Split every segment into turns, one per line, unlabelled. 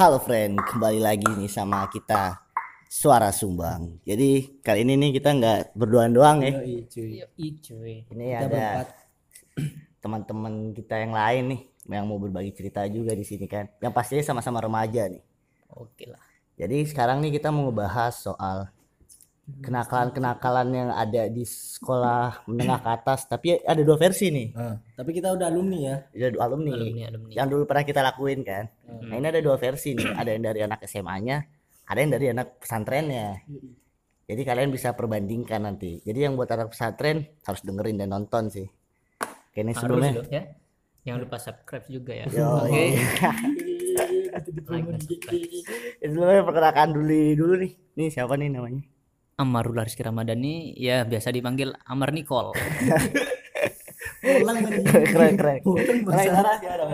Halo friend, kembali lagi nih sama kita Suara Sumbang. Jadi kali ini nih kita nggak berduaan doang ya.
Yoi, cuy.
Yoi, cuy.
Ini ada
Kita berempat.
teman-teman kita yang lain nih yang mau berbagi cerita juga di sini kan. Yang pastinya sama-sama remaja nih.
Oke lah.
Jadi sekarang nih kita mau ngebahas soal kenakalan-kenakalan yang ada di sekolah menengah ke atas. Tapi ada dua versi nih.
Ah, tapi kita udah alumni ya.
Ada dua alumni.
Alumni, alumni.
Yang dulu pernah kita lakuin kan. Nah ini ada dua versi nih. Ada yang dari anak SMA-nya, ada yang dari anak pesantrennya. Jadi kalian bisa perbandingkan nanti. Jadi yang buat anak pesantren harus dengerin dan nonton sih. Oke ini
Harus
sebelumnya.
dong ya. Jangan lupa subscribe juga ya.
Yo,
Oke.
Like dan subscribe.
ini sebelumnya perkenalkan dulu dulu nih. Nih siapa nih namanya?
Amarul Rizky Ramadhani ya biasa dipanggil Amar Nicole.
Ulang lagi.
keren keren.
Ulang bahasa Arab.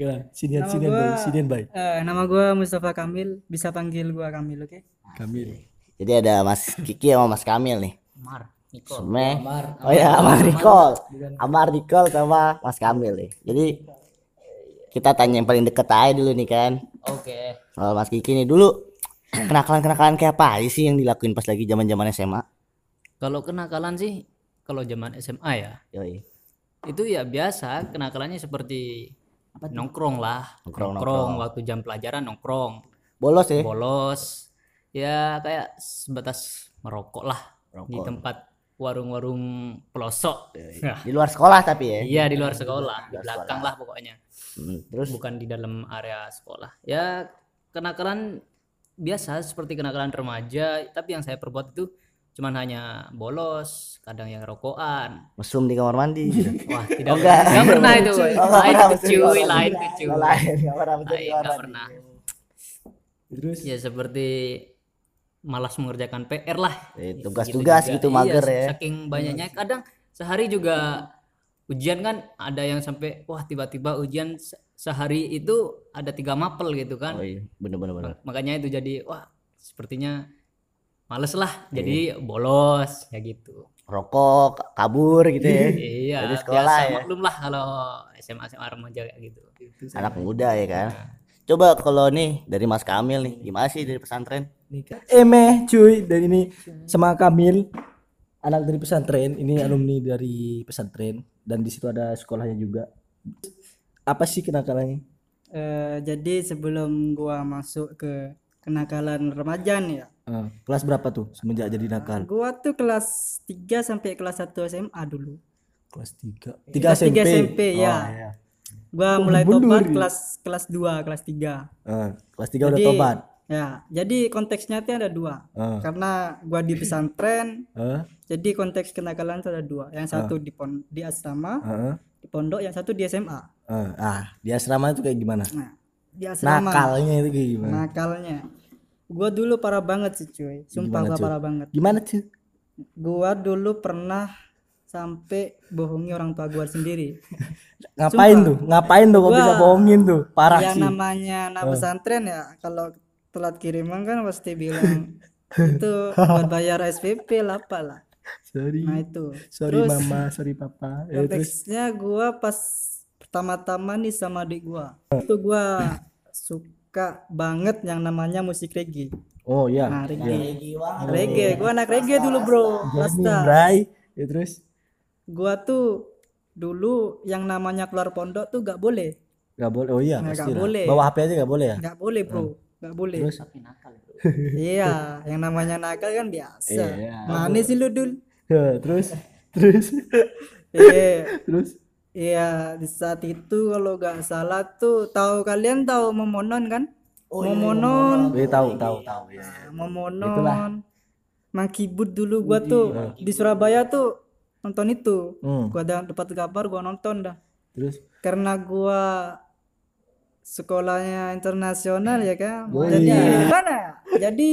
Gila, sinian
Nama
sinian
gua-
baik, sinian baik.
Eh, nama gua Mustafa Kamil, bisa panggil gua Kamil, oke?
Kamil.
Jadi ada Mas Kiki sama Mas Kamil nih.
Amar Nicole.
Sebenarnya
Amar.
Oh ya, Amar Nicole. Amar Nicole sama Mas Kamil nih. Jadi kita tanya yang paling deket aja dulu nih kan.
Oke.
Kalau Mas Kiki nih dulu kenakalan-kenakalan kayak apa aja sih yang dilakuin pas lagi zaman-zaman SMA?
Kalau kenakalan sih kalau zaman SMA ya
Yoi.
itu ya biasa kenakalannya seperti nongkrong Eh. lah
Nongkrong, nongkrong.
waktu jam pelajaran nongkrong
Bolos ya?
bolos ya kayak sebatas merokok lah di tempat warung-warung pelosok Nah,
Di luar sekolah tapi ya.
iya di luar sekolah di belakang lah pokoknya
Hmm, terus
bukan di dalam area sekolah. Ya kenakalan biasa seperti kenakalan remaja, tapi yang saya perbuat itu cuman hanya bolos, kadang yang rokokan.
mesum di kamar mandi. Oh,
Wah, tidak pernah, Nggak pernah itu. Lain itu cuy, lain itu cuy.
Lain kamar mandi.
Lain, nggak pernah.
Terus
Ya seperti malas mengerjakan PR lah.
Eh, tugas-tugas gitu,
Iya, juga.
mager
Iya,
ya.
Saking banyaknya kadang sehari juga ujian kan ada yang sampai wah tiba-tiba ujian se- sehari itu ada tiga mapel gitu kan.
Oh iya, bener-bener bener.
Mak- makanya itu jadi wah sepertinya males lah
Iya.
jadi bolos ya gitu
Rokok, kabur gitu ya.
iya
Jadi sekolah
biasa
ya.
maklum lah kalau SMA SMA remaja kayak gitu Iya.
Anak muda ya kan. Coba kalau nih dari Mas Kamil nih, gimana sih dari pesantren?
nikah. Emeh cuy dan ini sama Kamil anak dari pesantren ini alumni dari pesantren dan di situ ada sekolahnya juga apa sih kenakalannya
Eh, jadi sebelum gua masuk ke kenakalan remaja nih ya.
Eh, kelas berapa tuh semenjak jadi nakal
Gua tuh kelas 3 sampai kelas 1 SMA dulu.
kelas 3 3
Kelas
SMP,
tiga SMP, ya.
Oh, iya.
Gua mulai
mundur
tobat
ini.
kelas kelas 2, kelas 3.
Eh, kelas 3 udah tobat
Ya, jadi konteksnya tuh ada dua.
Eh,
Karena gua di pesantren,
eh,
jadi konteks kenakalan tuh ada dua. Yang satu
Ah.
di pon di asrama,
eh,
di pondok, yang satu di SMA.
eh. ah di asrama itu kayak gimana
Nah, di asrama. Nah.
nakalnya itu kayak gimana
Nakalnya. Gua dulu parah banget sih cuy. Sumpah
Gimana,
gua
cuy?
parah banget.
gimana cuy
Gua dulu pernah sampai bohongi orang tua gua sendiri.
ngapain tuh ngapain tuh kok bisa
Wah. Iya,
bohongin tuh parah
yang
sih Oh.
namanya anak pesantren ya kalau telat kiriman kan pasti bilang itu buat bayar SPP lah apalah.
sorry
Nah itu.
sorry mama sorry papa Eh, terus
Konteksnya gua pas pertama-tama nih sama adik gua.
Oh.
Itu gua suka banget yang namanya musik reggae.
oh ya
Nah, reggae.
Oh.
Reggae, gua anak reggae dulu, Bro.
Nih,
Rasta.
Bray. Ya, terus
Gua tuh dulu yang namanya keluar pondok tuh gak boleh.
nggak boleh. Oh iya,
Nah, Nggak
pasti
boleh.
Bawa HP aja nggak boleh ya?
Gak boleh, Bro. Gak boleh.
Terus
Iya, yang namanya nakal kan biasa.
Iya.
Manis sih lu dul.
Ya, terus terus
Iya.
terus
Iya, di saat itu kalau gak salah tuh tahu kalian tahu Momonon kan?
Oh, iya,
Momonon.
Gue Eh, tahu tahu tahu ya.
Nah, Momonon. Mangkibut dulu
Iya,
gua tuh di Surabaya tuh nonton itu.
Hmm,
Gua ada dapat kabar gua nonton dah.
terus
karena gua sekolahnya internasional ya kan
Boleh.
jadi gimana ya? jadi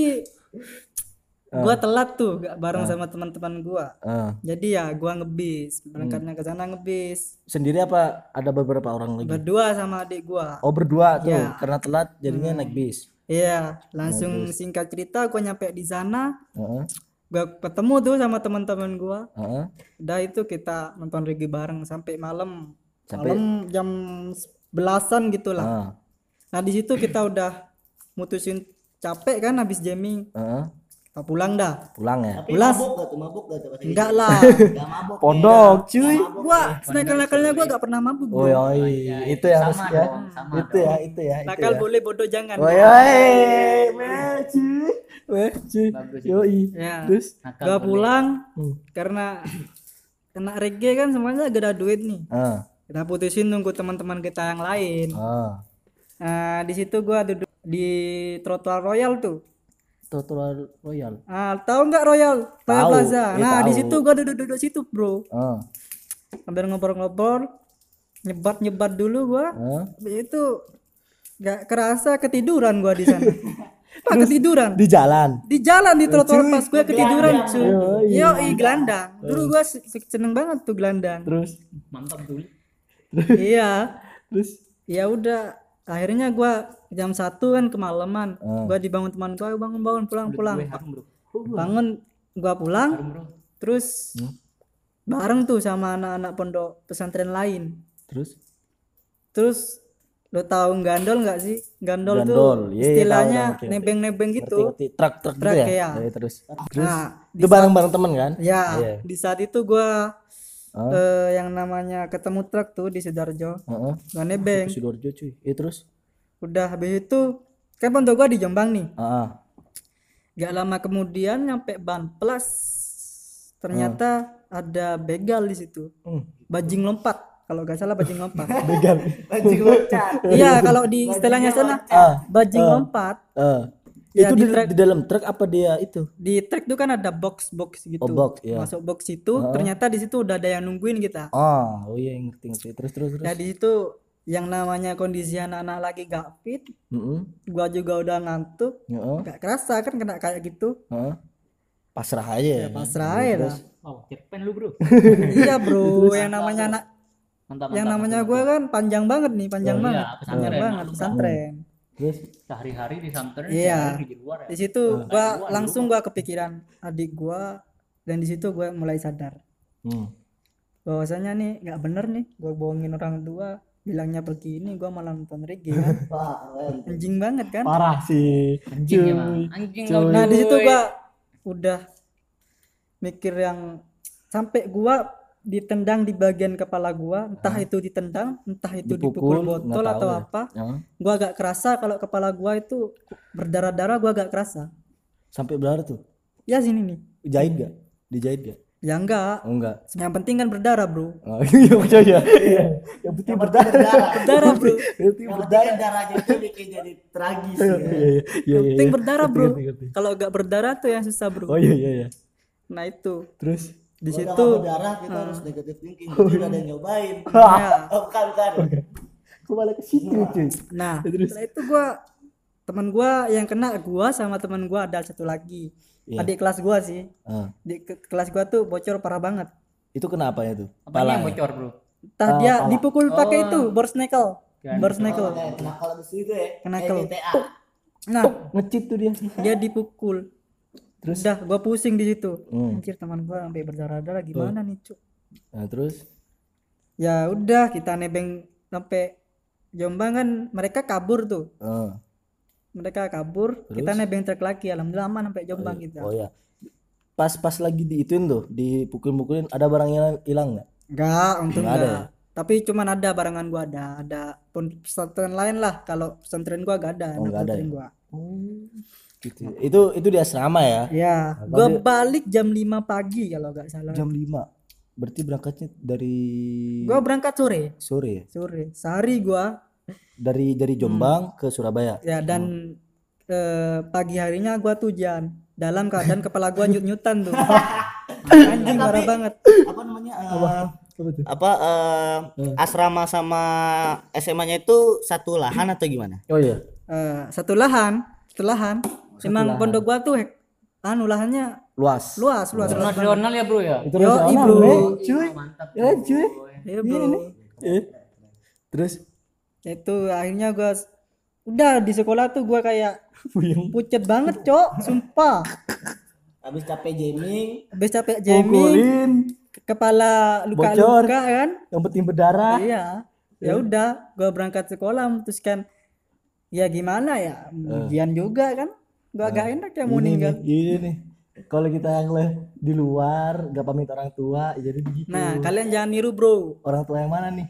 gua telat tuh gak bareng sama teman-teman gua
eh,
jadi ya gua ngebis berangkatnya ke sana ngebis
sendiri apa ada beberapa orang lagi?
berdua sama adik gua
Oh berdua tuh
Iya.
karena telat jadinya naik bis.
iya langsung singkat cerita gua nyampe di sana
Heeh,
gua ketemu tuh sama teman-teman gua
heeh.
udah itu kita nonton reggae bareng sampai malam
Sampai-
malam jam belasan gitulah
Ah,
Nah di situ kita udah mutusin capek kan habis jamming,
Heeh,
kita pulang dah.
pulang ya.
Tapi
Ulas.
Eh, mabuk gak tuh, mabuk gak tuh? pas lagi?
Enggak lah.
Gak mabuk.
Pondok,
Nggak
cuy.
mabuk, ya.
Gua senakal-nakalnya gua gak pernah mabuk.
Oi,
bro.
oi. itu ya harus ya.
sama
Itu ya, itu ya, itu
Iya.
Nakal
ya.
boleh bodoh jangan.
Oi, oi. Weh, cuy. Weh, cuy.
Bagus itu.
Yoi.
Ya.
Terus
Nakal
Gua
boleh.
pulang
Hmm.
karena kena reggae kan semuanya gak ada duit nih.
ah,
Kita putusin nunggu teman-teman kita yang lain.
ah.
Nah, di situ gua duduk di trotoar Royal tuh.
Total Royal.
Ah, tahu nggak Royal? Royal
Tahu,
Plaza.
iya
Nah, di
tahu.
situ gua duduk-duduk situ, Bro.
Ah,
Sambil ngobrol-ngobrol, nyebat-nyebat dulu gua.
ah.
Habis itu nggak kerasa ketiduran gua di sana. Pak ketiduran.
Di jalan.
Di jalan di trotoar pas gue ketiduran, cuy. Yo, gelandang. Dulu gua se- seneng banget tuh gelandang.
Terus
mantap dulu
iya.
terus
ya udah akhirnya gua jam satu kan kemalaman gua dibangun teman gua "Ayo bangun bangun pulang pulang bangun gua pulang terus bareng tuh sama anak-anak pondok pesantren lain
terus
terus lo tahu gandol nggak sih gandol,
Gandol,
tuh
iya, iya, tahu,
istilahnya
tahu, oke, oke.
nebeng-nebeng gitu
ngerti truk truk gitu
Truk,
ya.
iya.
Iya, terus.
nah
Itu bareng-bareng temen kan?
ya
Iya.
di saat itu gua
Ah.
eh, yang namanya ketemu truk tuh di sidoarjo
Heeh.
gua nebeng
Sidoarjo cuy. Iya terus.
udah habis itu kan pondok gua di jombang nih
Heeh.
Gak lama kemudian nyampe ban plus ternyata
Ah.
ada begal di situ.
Hmm.
Bajing lompat kalau gak salah bajing lompat.
Begal.
Anjing loncat.
iya kalau di istilahnya sana
Ah.
bajing lompat
Eh.
Ya,
itu
di
di,
truk.
di dalam truk apa dia itu?
di trek itu kan ada box box gitu.
Oh, box, iya.
Masuk box itu ternyata di situ udah ada yang nungguin kita.
Oh, oh iya ngerti ngerti. Terus terus terus.
Ya di situ yang namanya kondisi anak-anak lagi gak fit,
Heeh.
gua juga udah ngantuk,
Heeh.
gak kerasa kan kena kayak gitu.
Heeh. Pasrah aja ya.
Pasrah ya lah.
wow cerpen lu bro
iya bro, yang namanya anak
mantap
yang namanya gue kan panjang banget nih
Iya,
panjang banget panjang
pesantren,
banget pesantren
Terus
sehari-hari di santer
Iya.
sehari-hari di luar ya
di situ
Nah.
gue langsung gue kepikiran adik gue dan di situ gue mulai sadar
hmm.
bahwasanya nih nggak bener nih gue bohongin orang tua bilangnya pergi ini gue malah nonton reggae kan anjing banget kan
parah sih.
anjing
Cuy.
emang anjing
Cuy.
lu
nah di situ
cuy.
gue udah mikir yang sampai gue ditendang di bagian kepala gua entah itu ditendang entah itu dipukul,
Dipukul, nggak
botol
tahu
atau
ya.
apa
Heeh.
gua agak kerasa kalau kepala gua itu berdarah-darah gua agak kerasa
Sampai berdarah tuh.
ya sini nih
Jahit gak? Dijahit gak?
ya enggak
Oh enggak.
yang penting kan berdarah bro
Oh, iya, iya, iya, iya. Yang penting berdarah.
berdarah bro
Yang penting
Yang
berdarah.
penting darahnya itu bikin jadi tragis.
Iya,
ya.
iya, iya,
yang
iya,
penting
iya.
berdarah bro
Ngerti, ngerti, ngerti.
kalau enggak berdarah tuh yang susah bro
Oh iya, iya, iya.
nah itu
Terus?
di
Kalau
situ
nggak mau darah
Hmm.
kita harus negative thinking. Jadi udah ada yang nyobain.
ya.
Oh, bukan, bukan.
Kok malah ke situ, cuy?
nah
Terus?
setelah itu gua teman gua yang kena gua sama teman gua ada satu lagi
Iya.
adik kelas gua sih
Ah,
di ke- kelas gua tuh bocor parah banget
itu kenapa ya tuh?
apanya yang
Pala.
bocor bro
entah
Oh,
dia dipukul pakai itu borsnekel
Ganti.
borsnekel
Kayak Nakal di situ ya.
Kenakal.
Kayak GTA.
nah
Ngecit tuh dia.
dia dipukul terus dah gua pusing di situ
Hmm.
anjir teman gua sampai berdarah-darah gimana nih cuk
Nah, terus?
ya udah kita nebeng sampai Jombang kan mereka kabur tuh
Ah,
mereka kabur kita nebeng truk lagi alhamdulillah aman sampai Jombang kita
oh ya. Pas-pas lagi diituin tuh, dipukul-pukulin, ada barang yang hilang nggak?
enggak untung
Nggak ada
enggak tapi cuman ada barangan gua ada ada pun pesantren lain lah kalau pesantren gua gak Oh, ada ya? anak
nggak ada
pesantren gua
Gitu. Itu itu di asrama ya?
ya gua balik jam 5 pagi kalau gak salah
Jam 5. Berarti berangkatnya dari
gua berangkat sore
sore ya?
sore sehari gua
Dari dari Jombang ke Surabaya.
ya dan eh, pagi harinya gua tujuan dalam keadaan kepala gua nyut-nyutan tuh anjing parah banget
Apa namanya? eh,
Ah,
apa eh, asrama sama SMA-nya itu satu lahan atau gimana?
Oh iya.
Eh, satu lahan satu lahan emang pondok gua tuh hek, anu lahannya
Luas.
luas luas luas banget.
internasional ya bro ya
Terus
Yoi,
anak,
bro.
men. cuy.
mantap
Ya, cuy.
Iya, bro.
Eh. Terus
Ya itu akhirnya gua s- udah di sekolah tuh gua kayak
puyeng.
pucet banget cok sumpah
Habis capek jamming,
habis capek jamming
Pukulin.
kepala
Bocor. Ah.
luka-luka kan
Yang penting berdarah.
Iya. Ya udah, gua berangkat sekolah memutuskan ya gimana ya ujian juga kan gua agak enak ya mau
Ini nih,
ninggal
Ini nih. Kalau kita yang le- di luar gak pamit orang tua, ya jadi begitu.
nah kalian jangan niru bro
Orang tua yang mana nih?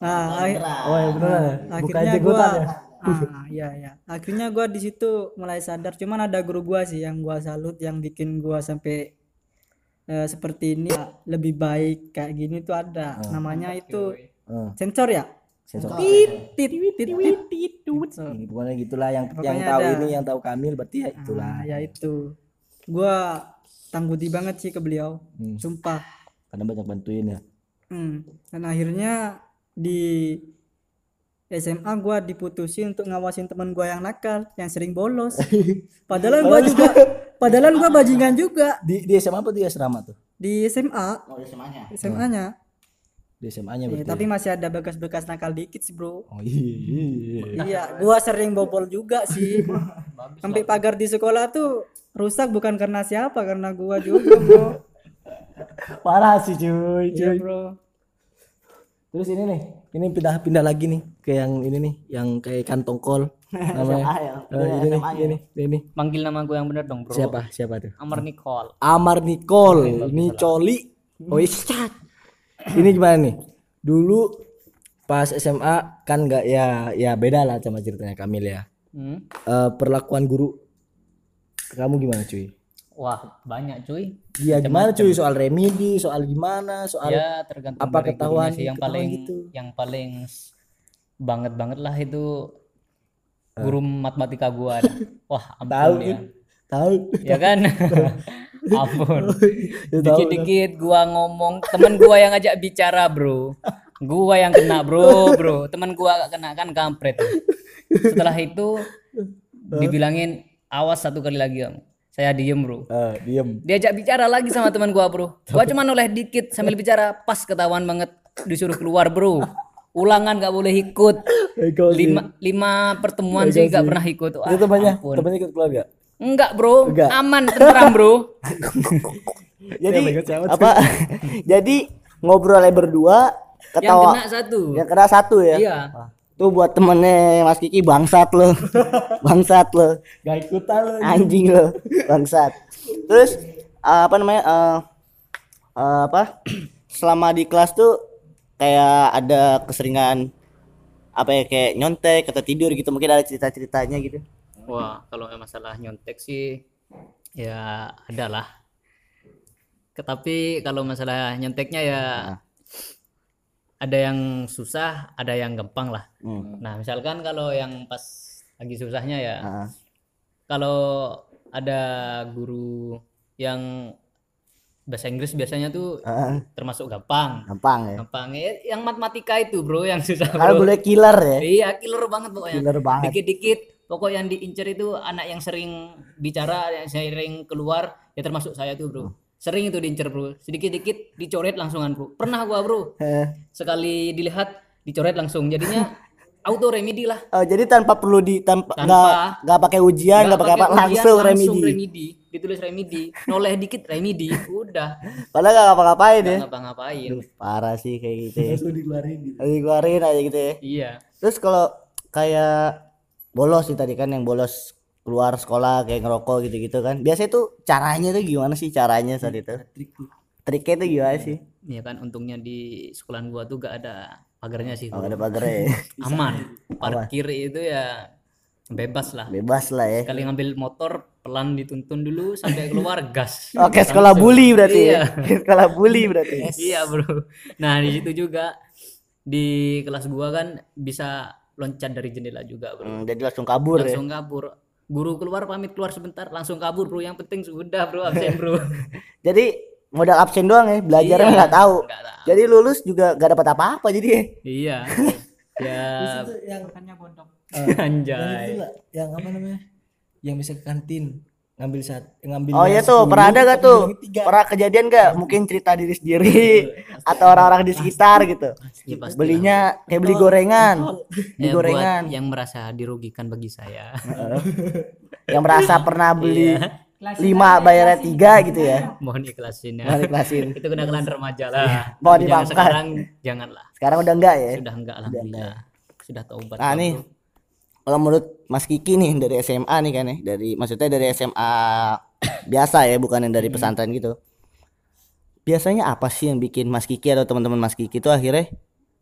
nah ai-
Oh ya benar. ya? Buka
Nah, Ah, akhirnya
aja
gua
gua. Ya.
ah ya ya akhirnya gua di situ mulai sadar cuman ada guru gua sih yang gua salut yang bikin gua sampai eh, seperti ini ya, lebih baik kayak gini tuh ada
Ah.
namanya itu
Eh,
sensor ya
sensor.
tit tit tit tit tit sensor.
Ini pokoknya gitulah yang yang
Pokoknya
tahu
ada.
ini yang tahu Kamil berarti ya itulah.
Nah, ya itu. Gua tangguti banget sih ke beliau.
Hmm.
Sumpah.
Karena banyak bantuin ya.
Hmm. Dan akhirnya di SMA gua diputusin untuk ngawasin teman gua yang nakal, yang sering bolos. Padahal gua juga padahal gua bajingan juga
Di di SMA apa di asrama tuh?
di SMA,
Oh, SMA-nya.
SMA-nya.
Di
Iya,
SMA-nya
Eh,
berarti. ya?
tapi masih ada bekas-bekas nakal dikit sih, Bro.
Oh iya. iya, iya.
Iya, gua sering bobol juga sih. Sampai pagar di sekolah tuh rusak bukan karena siapa, karena gua juga, Bro.
iya. Parah sih cuy,
Iya,
cuy.
Bro.
Terus ini nih, ini pindah pindah lagi nih ke yang ini nih, yang kayak kantong kol namanya.
ya.
Eh, ini nih, ini nih, ini.
Manggil nama gue yang bener dong, Bro.
Siapa? Siapa tuh?
Amar Nicole.
Amar Nicole, Nicoli. Oh iya, cat. Ini gimana nih? Dulu pas SMA kan nggak ya ya beda lah sama ceritanya Kamil ya.
Hmm.
Eh, perlakuan guru kamu gimana cuy?
Wah, banyak cuy.
Iya gimana cuy soal remedi, soal gimana, soal
Ya tergantung
apa
dari gurunya
ketahuan-
sih. yang
ketahuan
paling
gitu.
yang paling s- banget banget lah itu guru matematika gua. ada. Wah, ampun
Eh. tahu gitu.
ya.
tahu.
Ya kan? ampun.
Ya, tahu.
Dikit-dikit gua ngomong, temen gua yang ajak bicara, Bro. Gua yang kena, Bro, Bro. Temen gua gak kena kan kampret. Setelah itu dibilangin awas satu kali lagi, Om. Saya diem, Bro.
Eh, diem.
diajak bicara lagi sama teman gua bro gua cuma noleh dikit sambil bicara pas ketahuan banget disuruh keluar bro ulangan gak boleh ikut
Ego sih.
lima lima pertemuan sih gak pernah ikut Wah,
Itu temannya,
ampun.
temannya ikut keluar gak?
enggak bro
Enggak.
aman tenteram bro
Jadi
Ya, bagus amat,
apa? jadi ngobrolnya berdua
yang kena
ketawa.
satu
Yang kena satu ya.
iya
Tuh buat temennya Mas Kiki bangsat lo. bangsat lo.
Gak ikutan loh.
Anjing lo. Bangsat. Terus eh, apa namanya? eh, eh, apa? Selama di kelas tuh kayak ada keseringan apa ya kayak nyontek atau tidur gitu mungkin ada cerita-ceritanya gitu.
wah kalau masalah nyontek sih ya ada lah tapi kalau masalah nyonteknya ya ada yang susah ada yang gampang lah
Hmm.
Nah, misalkan kalau yang pas lagi susahnya ya,
Ah.
kalau ada guru yang bahasa Inggris biasanya tuh
Ah.
termasuk gampang.
Gampang ya.
Gampang. Eh, Yang matematika itu, Bro, yang susah,
Kalau
Bro.
boleh killer ya.
Iya, killer banget pokoknya.
Killer banget.
Dikit-dikit pokok yang diincer itu anak yang sering bicara, yang sering keluar, ya termasuk saya tuh, Bro.
Hmm.
Sering itu diincer, Bro. Sedikit-dikit dicoret langsungan, Bro. Pernah gua, Bro.
Eh.
Sekali dilihat dicoret langsung. Jadinya auto remedi lah.
Oh, jadi tanpa perlu di tanpa
Tanpa.
nggak nggak pakai ujian Kan nggak pakai apa
ujian,
langsung remedi
ditulis remedi noleh dikit remedi udah
padahal nggak ngapa-ngapain ya
ngapa-ngapain
parah sih kayak gitu ya
Lu dikeluarin gitu.
Lagi keluarin aja gitu ya
iya
terus kalau kayak bolos sih tadi kan yang bolos keluar sekolah kayak ngerokok gitu-gitu kan biasanya tuh caranya tuh gimana sih caranya saat itu triknya tuh gimana sih
ya kan untungnya di sekolahan gua tuh gak ada pagarnya sih
oh,
Bro.
ada pagernya ya.
aman parkir itu ya bebas lah
bebas lah ya
sekali ngambil motor pelan dituntun dulu sampai keluar gas
oke sekolah bully berarti ya.
Iya.
sekolah bully berarti
iya bro nah di situ juga di kelas gua kan bisa loncat dari jendela juga bro
Hmm, jadi langsung kabur ya
langsung kabur guru keluar pamit keluar sebentar langsung kabur bro yang penting sudah bro absen bro
jadi modal absen doang ya belajarnya
Iya.
nggak tahu
Nggak tahu.
jadi lulus juga nggak dapat apa-apa jadi ya
iya ya
Yang
anjay
Gila, yang apa namanya? Yang bisa ke kantin ngambil saat ngambil
Oh
yang
iya tuh,
10,
pernah ada gak tuh?
ngambil tiga.
Pernah kejadian gak? Mungkin cerita diri sendiri
Iya.
atau orang-orang di sekitar gitu.
ya pasti
Belinya kayak beli gorengan, beli
Eh, buat
gorengan.
yang merasa dirugikan bagi saya
Yang merasa pernah
Iya.
beli lima bayarnya tiga gitu ya.
mohon ikhlasin ya
Balik Iya. kelasin.
itu kenakalan remaja lah
Mohon
Tapi jangan
dimaafkan.
sekarang janganlah
Sekarang udah enggak ya?
sudah enggak alhamdulillah sudah taubat
Nah
lah,
nih,
bro.
kalau menurut Mas Kiki nih dari SMA nih kan ya, dari maksudnya dari SMA biasa ya, bukan yang dari
Hmm.
pesantren gitu. Biasanya apa sih yang bikin Mas Kiki atau teman-teman Mas Kiki itu akhirnya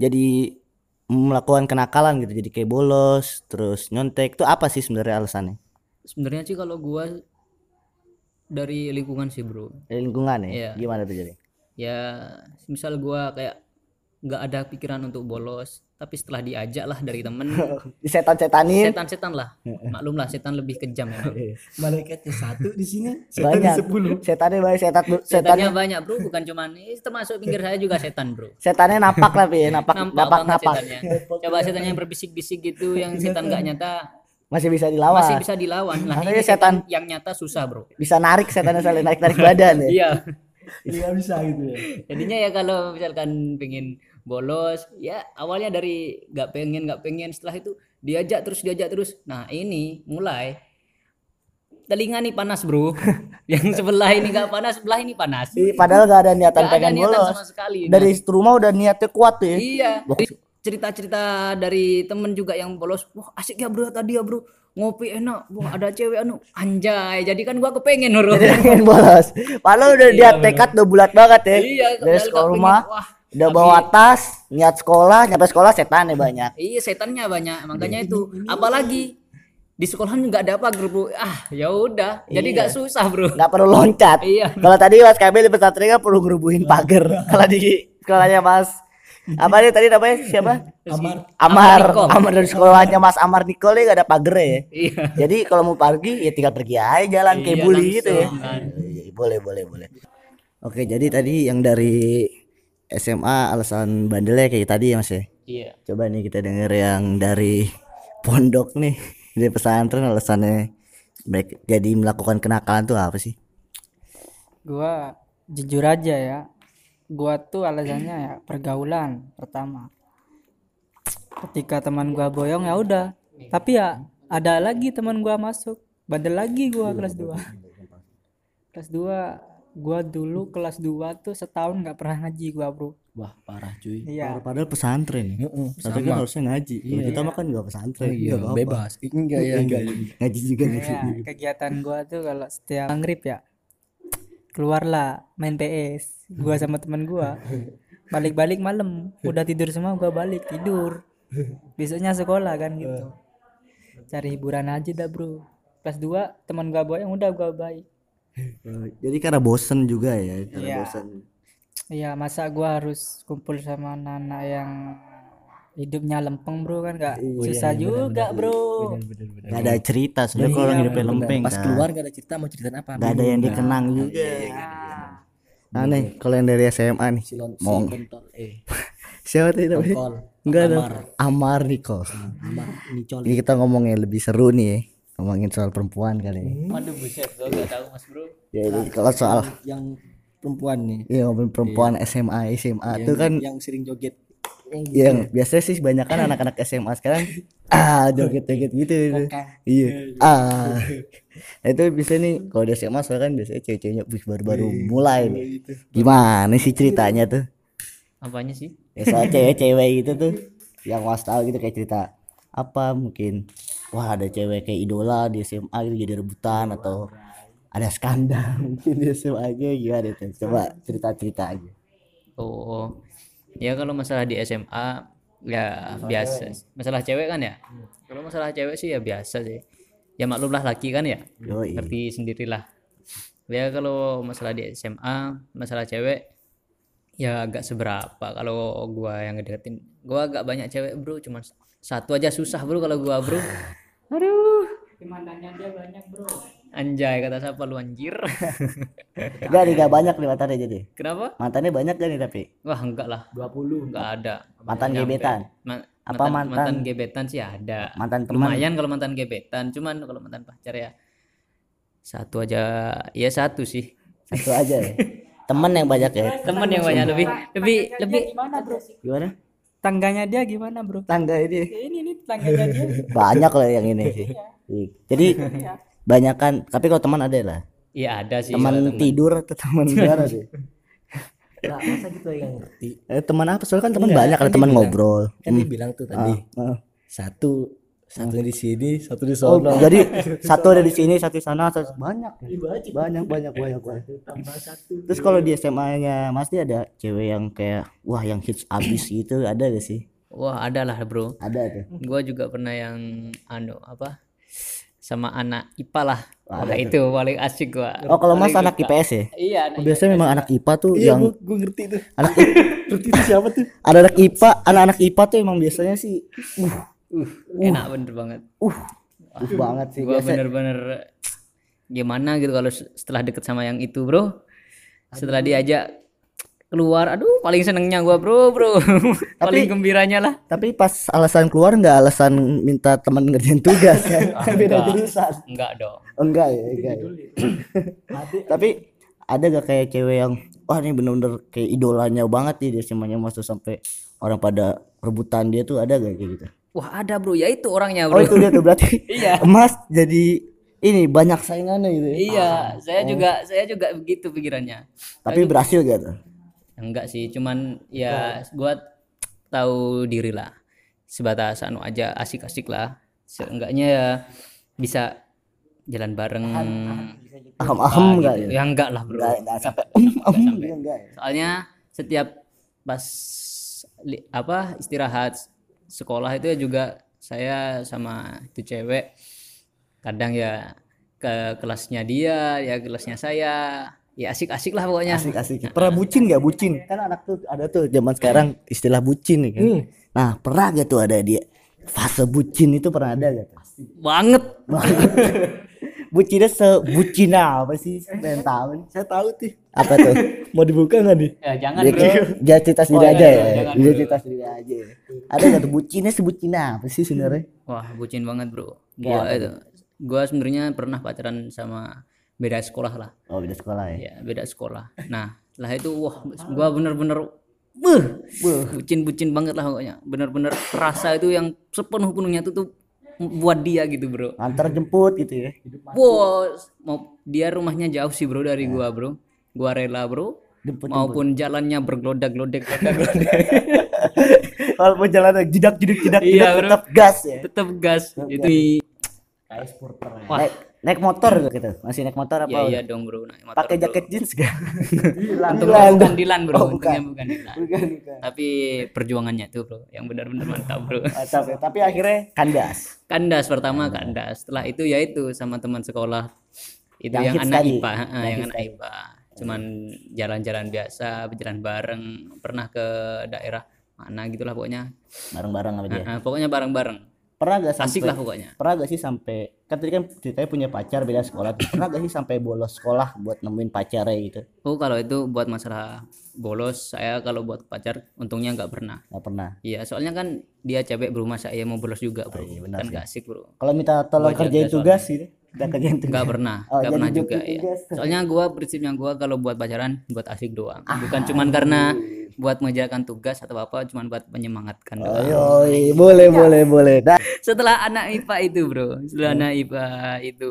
jadi melakukan kenakalan gitu, jadi kayak bolos, terus nyontek itu apa sih sebenarnya alasannya?
Sebenarnya sih kalau gua dari lingkungan sih, Bro.
Dari lingkungan ya?
Iya.
Gimana tuh jadi?
ya misal gua kayak nggak ada pikiran untuk bolos tapi setelah diajak lah dari temen
Disetan-setanin
setan-setan lah maklum lah setan lebih kejam memang
malaikatnya ya, satu di sini
banyak. Setannya banyak setan setannya
setannya banyak bro bukan cuman ini termasuk pinggir saya juga setan bro
setannya napak lah Pi, napak
nampak
napak
banget
napak.
setannya coba setannya yang berbisik-bisik gitu yang setan nggak nyata
Masih bisa dilawan.
masih bisa dilawan nah
Makanya
ini
setan- Iya.
setan yang nyata susah bro
Bisa narik setannya saling narik-narik badan ya.
iya
iya bisa gitu ya
jadinya ya kalau misalkan pengen bolos ya awalnya dari nggak pengen nggak pengen setelah itu diajak terus diajak terus nah ini mulai telinga nih panas bro yang sebelah ini nggak panas sebelah ini panas
Ih, Padahal gak ada niatan
Iya. Nggak ada
pengen
niatan
Iya, bolos.
sama sekali Nah,
Dari rumah udah niatnya kuat tuh ya.
iya
Wah,
Jadi cerita-cerita dari temen juga yang bolos wah asik ya bro tadi ya bro ngopi enak wah ada cewek anu anjay jadi kan gua kepengen bro
pengen bolos. Padahal udah
Iya,
niat
bener.
tekad udah bulat banget ya.
Iya,
Dari
padahal
sekolah
kepengen.
rumah,
Wah,
udah
tapi-
bawa tas, niat sekolah, nyampe sekolah setan ya banyak.
Iya setannya banyak makanya itu apalagi di sekolahan nggak ada apa bro ah ya udah jadi nggak susah bro
Gak perlu loncat.
Iya.
Kalau tadi Mas Kamil di pesantren kan perlu ngerubuhin pagar. Kalau di sekolahnya Mas apa nih tadi namanya siapa?
Amar.
Amar,
Nikom.
Amar dari sekolahnya Mas Amar Nikol nih gak ada pagar ya.
iya
Jadi kalau mau pergi ya tinggal pergi aja jalan kayak
Iya,
bully gitu ya.
langsung, kan.
Iya, iya, Boleh boleh boleh. Oke jadi tadi yang dari SMA alasan bandelnya kayak tadi ya mas ya.
iya
Coba nih kita denger yang dari pondok nih dari pesantren alasannya mereka jadi melakukan kenakalan tuh apa sih?
Gua jujur aja ya. Gua tuh alasannya ya pergaulan pertama. Ketika teman gua boyong ya udah. Tapi ya ada lagi teman gua masuk. Bandel lagi gua kelas 2. Kelas 2 gua dulu kelas 2 tuh setahun nggak pernah ngaji gua, Bro.
wah parah cuy
Iya.
Padahal pesantren. Tapi kan harusnya ngaji. Kalau
Iya.
kita mah kan gak pesantren. Iya, bebas.
enggak ya enggak
Ngaji juga ngaji.
Iya, kegiatan gua tuh kalau setiap maghrib ya keluarlah main PS gua sama teman gua balik-balik malam udah tidur semua gua balik tidur besoknya sekolah kan gitu cari hiburan aja dah bro kelas 2 teman gua boy yang udah gua baik
Jadi karena bosen juga ya. Karena
Iya.
bosen.
iya masa gua harus kumpul sama anak-anak yang hidupnya lempeng bro kan gak
Oh, iya,
susah juga bro
Gak ada cerita. Sebenarnya
Iya,
kalau orang hidupnya lempeng
pas
kan.
keluar gak ada cerita mau ceritain apa
Gak ada yang dikenang
Iya.
juga. Nah nih, kalau yang dari SMA nih.
si lon si
Mau.
kontol eh
Siapa tadi namanya?
kontol
Enggak ada. Amar Niko.
sama nicol
Ini kita ngomongnya lebih seru nih ya. Ngomongin soal perempuan kali ini.
Hmm. waduh buset gua nggak tahu mas bro
Jadi kalau soal
yang perempuan nih
ya ngomongin perempuan
Iya.
SMA SMA itu kan
yang sering joget
yang biasanya sih banyak kan anak-anak SMA sekarang ah joget-joget gitu iya ah Nah, itu bisa nih kalau di SMA soalnya kan biasanya cewek-ceweknya wih, baru-baru mulai nih gimana sih ceritanya tuh
apanya sih
ya soal cewek-cewek gitu tuh yang was tahu gitu kayak cerita apa mungkin wah ada cewek kayak idola di SMA gitu jadi rebutan atau ada skandal mungkin di SMA aja gitu, gimana tuh coba cerita-cerita aja
oh ya kalau masalah di SMA ya biasa masalah cewek kan ya kalau masalah cewek sih ya biasa sih ya maklumlah laki kan ya
Yoi.
ngerti sendirilah ya kalau masalah di SMA masalah cewek ya agak seberapa kalau gua yang ngedeketin gua agak banyak cewek bro cuman s- satu aja susah bro kalau gua bro aduh anjay kata siapa lu anjir
Gak nih gak banyak nih mantannya jadi
kenapa
mantannya banyak gak nih tapi
wah enggak lah
20
enggak ada
mantan
Nyampe.
gebetan
Ma-
Apa
mantan,
mantan?
mantan gebetan sih ada
mantan teman
lumayan kalau mantan gebetan cuman kalau mantan pacar ya satu aja ya satu sih
satu aja ya teman yang banyak ya
temen yang banyak lebih lebih lebih
gimana bro
gimana
tangganya dia gimana bro
tangga ini
Ya, ini ini tangganya dia
banyak loh yang ini sih Iya. jadi banyakan tapi kalau teman ada lah
iya ada sih
teman
kalau temen.
tidur atau teman biara sih
nah masa gitu yang ngerti
eh, teman Hmm. apa soalnya kan teman
Enggak,
banyak
kan
ada
dia
teman
bilang-
ngobrol
kan dia bilang tuh tadi
Ah, ah.
satu Satu di sini, satu di
Oh,
sana.
jadi satu ada di sini, satu di sana, satu banyak. Banyak, banyak, banyak, banyak. Terus kalau di SMA-nya Mas dia ada cewek yang kayak wah yang hits abis gitu ada gak sih?
Wah, adalah, Bro.
Ada tuh.
Gua juga pernah yang anu apa? sama anak IPA lah. Wah,
Ada
itu paling asik gua.
Oh, kalau Mas
Paling
anak
suka.
IPS ya?
Iya, anak IPA.
Biasanya memang anak IPA tuh
Iya,
yang
gua, gua ngerti tuh.
anak
Ngerti itu siapa tuh?
ada anak IPA, anak-anak IPA tuh emang biasanya sih uh,
enak bener banget.
uh,
Ah.
uh banget sih
gua
biasa.
bener-bener gimana gitu kalau se- setelah deket sama yang itu bro setelah diajak keluar aduh paling senengnya gua bro bro paling gembiranya lah
Tapi pas alasan keluar nggak alasan minta teman ngerjain tugas ya. Beda jurusan.
Ah, enggak dong
Oh, enggak ya, enggak. ya. Tapi ada gak kayak cewek yang wah ini bener-bener kayak idolanya banget nih dia semuanya masuk sampai orang pada rebutan dia tuh ada gak kayak gitu?
wah ada bro ya itu orangnya
Oh
bro
itu dia tuh berarti
Iya.
emas jadi ini banyak saingannya gitu. ya?
iya saya juga saya juga begitu pikirannya
Tapi berhasil gak tuh?
Iya. enggak sih cuman ya gua tahu diri lah sebatas anu aja asik-asik lah seenggaknya ya bisa jalan bareng
Ahem-ahem
Ah,
gak ya?
gitu. ya enggak lah bro
Enggak, enggak sampai ahem-ahem
sampai.
gitu enggak ya?
soalnya setiap pas li- apa istirahat sekolah itu ya juga saya sama itu cewek kadang ya ke kelasnya dia ya kelasnya saya ya asik-asik lah pokoknya
Asik-asik. Pernah bucin gak bucin? Kan anak tuh ada tuh zaman sekarang istilah bucin nih kan. Nah pernah gak tuh ada dia fase bucin itu pernah ada gak? tuh?
banget
Bucinnya sebucina apa sih? Pengen tahu nih.
Saya tahu tuh.
Apa tuh?
Mau dibuka nggak nih?
ya jangan
Dia,
bro
dia cerita sendiri
Oh,
aja
iya,
ya.
iya, jangan
Dia
dulu.
cerita sendiri aja. ya. Ada gak tuh bucinnya sebucina apa sih sebenarnya?
wah bucin banget bro gua itu gua sebenarnya pernah pacaran sama beda sekolah lah
Oh beda sekolah ya.
ya beda sekolah nah setelah itu wah gua bener-bener beuh, bucin-bucin banget lah pokoknya bener-bener rasa itu yang sepenuh penuhnya itu tuh buat dia gitu bro
Antar jemput gitu ya.
wow mau dia rumahnya jauh sih bro dari gua bro gua rela bro maupun jalannya bergelodak-gelodek gelodek
Walaupun jalannya jidak jidak jidak
Iya,
jidak
bro.
tetap gas ya.
tetap gas itu Wah.
Naik, naik motor gak gitu. Masih naik motor apa?
iya iya dong bro naik motor
Pakai
bro.
jaket jeans gak?
Untungnya
Dilan.
bukan Dilan bro
Oh,
untungnya
bukan.
bukan Dilan
Bukan, bukan.
tapi perjuangannya tuh bro yang benar-benar mantap bro
Mantap ya. Tapi akhirnya kandas.
kandas
Hmm.
pertama kandas setelah itu ya itu sama teman sekolah itu
Yang
yang,
hits
anak
tadi.
IPA ha,
Yang
Ah, yang
hits
anak IPA cuman jalan-jalan biasa berjalan bareng pernah ke daerah mana gitulah pokoknya
Bareng-bareng sama dia.
Ha, ha, pokoknya bareng-bareng
Pernah gak sampai
asik lah pokoknya
pernah gak sih sampai kan tadi kan ceritanya punya pacar beda sekolah tuh. pernah gak sih sampai bolos sekolah buat nemuin pacarnya gitu
oh kalau itu buat masalah bolos saya kalau buat pacar untungnya nggak pernah
nggak pernah
iya soalnya kan dia capek bro masa saya mau bolos juga bro
iya, benar
kan
sih.
nggak asik bro
kalau minta tolong
Gua jaga
kerjain
soalnya.
tugas gitu kita kerjain tugas
nggak pernah
Oh,
nggak
jadi
pernah
dia
juga
punya
ya
tugas.
soalnya gua prinsipnya gua kalau buat pacaran buat asik doang
Ah.
bukan cuman karena buat mengerjakan tugas atau apa cuman buat menyemangatkan
Oh,
doang
iya. Yoi, boleh boleh boleh Dah.
setelah anak IPA itu bro setelah
Oh.
anak IPA itu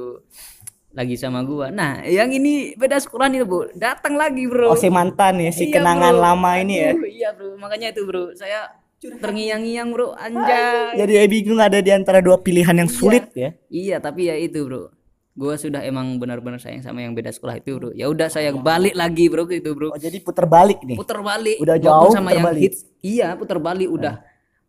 lagi sama gua nah yang ini beda sekolah nih bro datang lagi bro
oh si mantan ya si
Iya,
kenangan
bro.
lama ini ya
Aduh, iya bro makanya itu bro saya terngiang-ngiang bro anjay
jadi eh, bingung ada di antara dua pilihan yang sulit ya
Iya, tapi ya itu, Bro. Gua sudah emang benar-benar sayang sama yang beda sekolah itu, Bro. Ya udah saya balik lagi, Bro, ke itu, Bro.
oh jadi puter balik nih
Putar balik.
Udah
Maupun
jauh,
sama
puter
yang
balik. Nah,
hits. Iya, putar balik udah.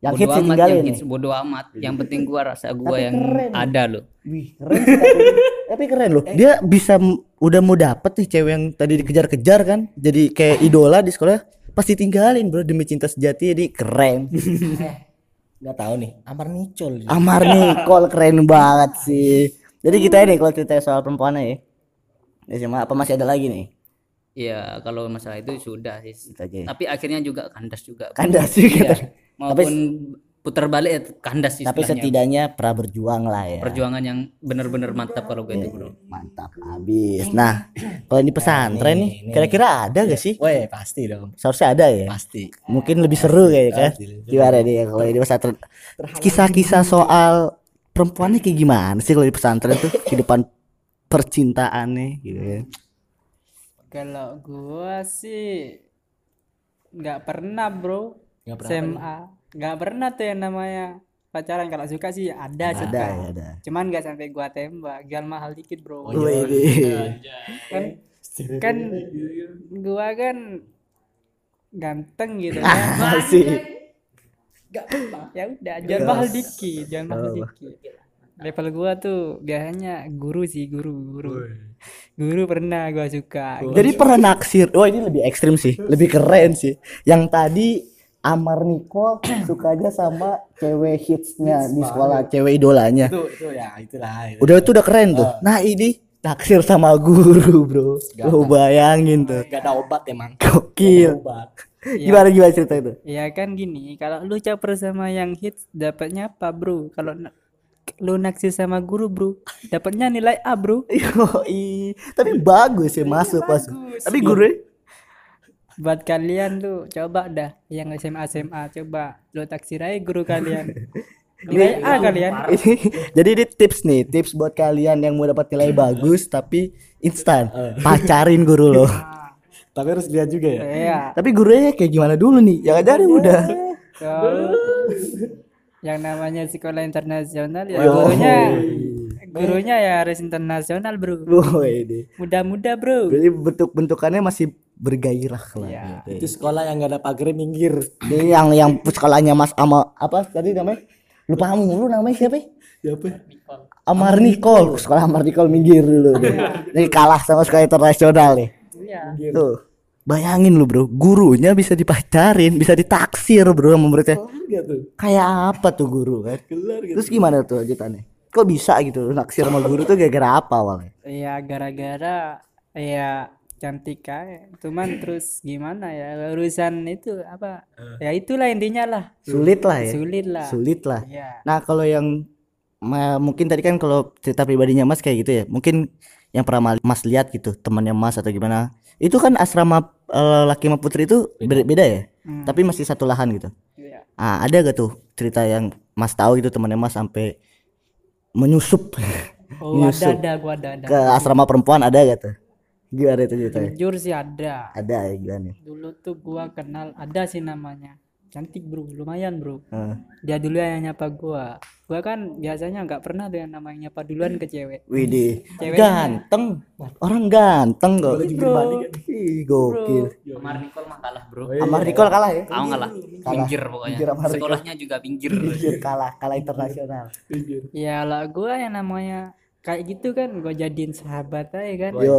Yang hits
Bodo amat,
ditinggalin
yang
nih. Iya.
hits bodo amat. Yang penting gua rasa gua yang ada loh.
Wih, keren sih, tapi, tapi keren loh.
Eh.
Dia bisa m- udah mau dapet nih cewek yang tadi dikejar-kejar kan. Jadi kayak idola di sekolah pasti tinggalin bro demi cinta sejati jadi keren.
Nggak tahu nih. Amar Nicol.
Amar Nicole keren banget sih. Jadi kita ini kalau cerita soal perempuannya ya. Ya cuma apa masih ada lagi nih?
Iya, kalau masalah itu sudah sih.
Itu aja ya.
Tapi akhirnya juga kandas juga. Bro.
Kandas sih
Iya.
kita.
Maupun putar balik ya kandas sih
Tapi
istilahnya.
setidaknya pra berjuang lah ya.
perjuangan yang benar-benar mantap kalau gue itu,
Iya.
Bro.
Mantap abis. Nah, kalau di pesantren nih kira-kira ada gak iya sih?
Weh, pasti dong.
Seharusnya ada ya.
Pasti.
mungkin lebih seru
Iya,
kayaknya kan
Pasti, lebih
gimana nih ya kalau di pesantren kisah-kisah soal perempuannya kayak gimana sih kalau di pesantren tuh kehidupan percintaannya gitu kan
Kalau gua sih nggak pernah bro
Nggak pernah apa ya?
SMA nggak pernah tuh yang namanya
pacaran kalau suka sih ya ada
Iya.
suka
ada ya ada
cuman nggak sampai gua tembak jual mahal dikit
Oh,
bro
iya.
Wih, iya.
kan kan gua kan ganteng gitu ya
Asik.
Iya,
ya udah jual mahal dikit jual mahal
Iya.
dikit level gua tuh biasanya guru sih guru guru guru pernah gua suka
Jadi pernah naksir. Wah, ini lebih ekstrim sih. Lebih keren sih. Yang tadi Amar Niko sukanya sama cewek hitsnya di sekolah, cewek idolanya.
Itu Ah. itu ya itulah. Itu.
Udah itu udah keren tuh. Nah, ini naksir sama guru, Bro. Lu bayangin tuh.
Gak ada obat emang.
Gokil.
Obat.
Gimana gimana cerita itu?
Ya kan gini, kalau lu caper sama yang hits dapatnya apa, Bro? Kalau na- lu naksir sama guru, Bro, dapatnya nilai A, Bro.
Yoi. Tapi bagus ya masuk pas. Tapi guru ya,
Buat kalian tuh coba dah yang SMA SMA coba lu taksir aja guru kalian. nilai A kalian.
Ini- jadi ini tips nih, tips buat kalian yang mau dapat nilai bagus tapi instan. Pacarin guru lo.
Tapi harus lihat juga ya.
Iya.
tapi gurunya kayak gimana dulu nih? Yang ngajarin udah.
Kalau yang namanya sekolah internasional ya gurunya gurunya ya harus internasional, Bro.
Wah, ini.
Muda-muda, Bro.
Berarti bentuk-bentukannya masih bergairah lah.
Itu sekolah yang gak ada pagar minggir.
Ini yang yang sekolahnya Mas ama apa tadi namanya? Lupa mulu namanya siapa? ya?
Siapa?
Amar Nicole, sekolah Amar Nicole minggir dulu. dia. Ini kalah sama sekolah internasional nih.
Iya.
Tuh. Bayangin lu bro, gurunya bisa dipacarin, bisa ditaksir bro sama muridnya.
Enggak tuh.
Kayak apa tuh guru kan?
Gelar gitu.
Terus gimana tuh lanjutannya? Kok bisa gitu lu naksir sama guru tuh gara-gara apa awalnya?
Ya gara-gara ya cantik kan cuman terus gimana ya urusan itu apa ya itulah intinya lah
Sulit lah ya.
sulit lah
Sulit lah.
ya
Nah, kalau yang ma- mungkin tadi kan kalau cerita pribadinya Mas kayak gitu ya. Mungkin yang pernah ma- Mas lihat gitu, temannya Mas atau gimana. Itu kan asrama eh, laki sama putri itu ber- beda ya.
Hmm.
Tapi masih satu lahan gitu.
Iya.
Ah, ada gak tuh cerita yang Mas tahu gitu temannya Mas sampai menyusup
oh ada
Nyusup.
ada gua ada ada
ke asrama perempuan ada gak tuh? Gimana itu ceritanya?
jujur sih ada
Ada ya gimana?
dulu tuh gua kenal ada sih namanya cantik bro lumayan bro
Heeh.
dia dulu yang nyapa gua gua kan biasanya nggak pernah tuh yang namanya nyapa duluan ke cewek
Widih,
Ceweknya.
ganteng. Orang ganteng kok. Ih, gokil.
Amar Nicole mah kalah bro
Amar Nicole kalah ya?
Kau kalah pinggir pokoknya
Pinggir Amar Nicole.
sekolahnya juga pinggir
Jujur Iya, kalah, kalah internasional.
ya lah gua yang namanya kayak gitu kan gua jadiin sahabat aja kan
Yo,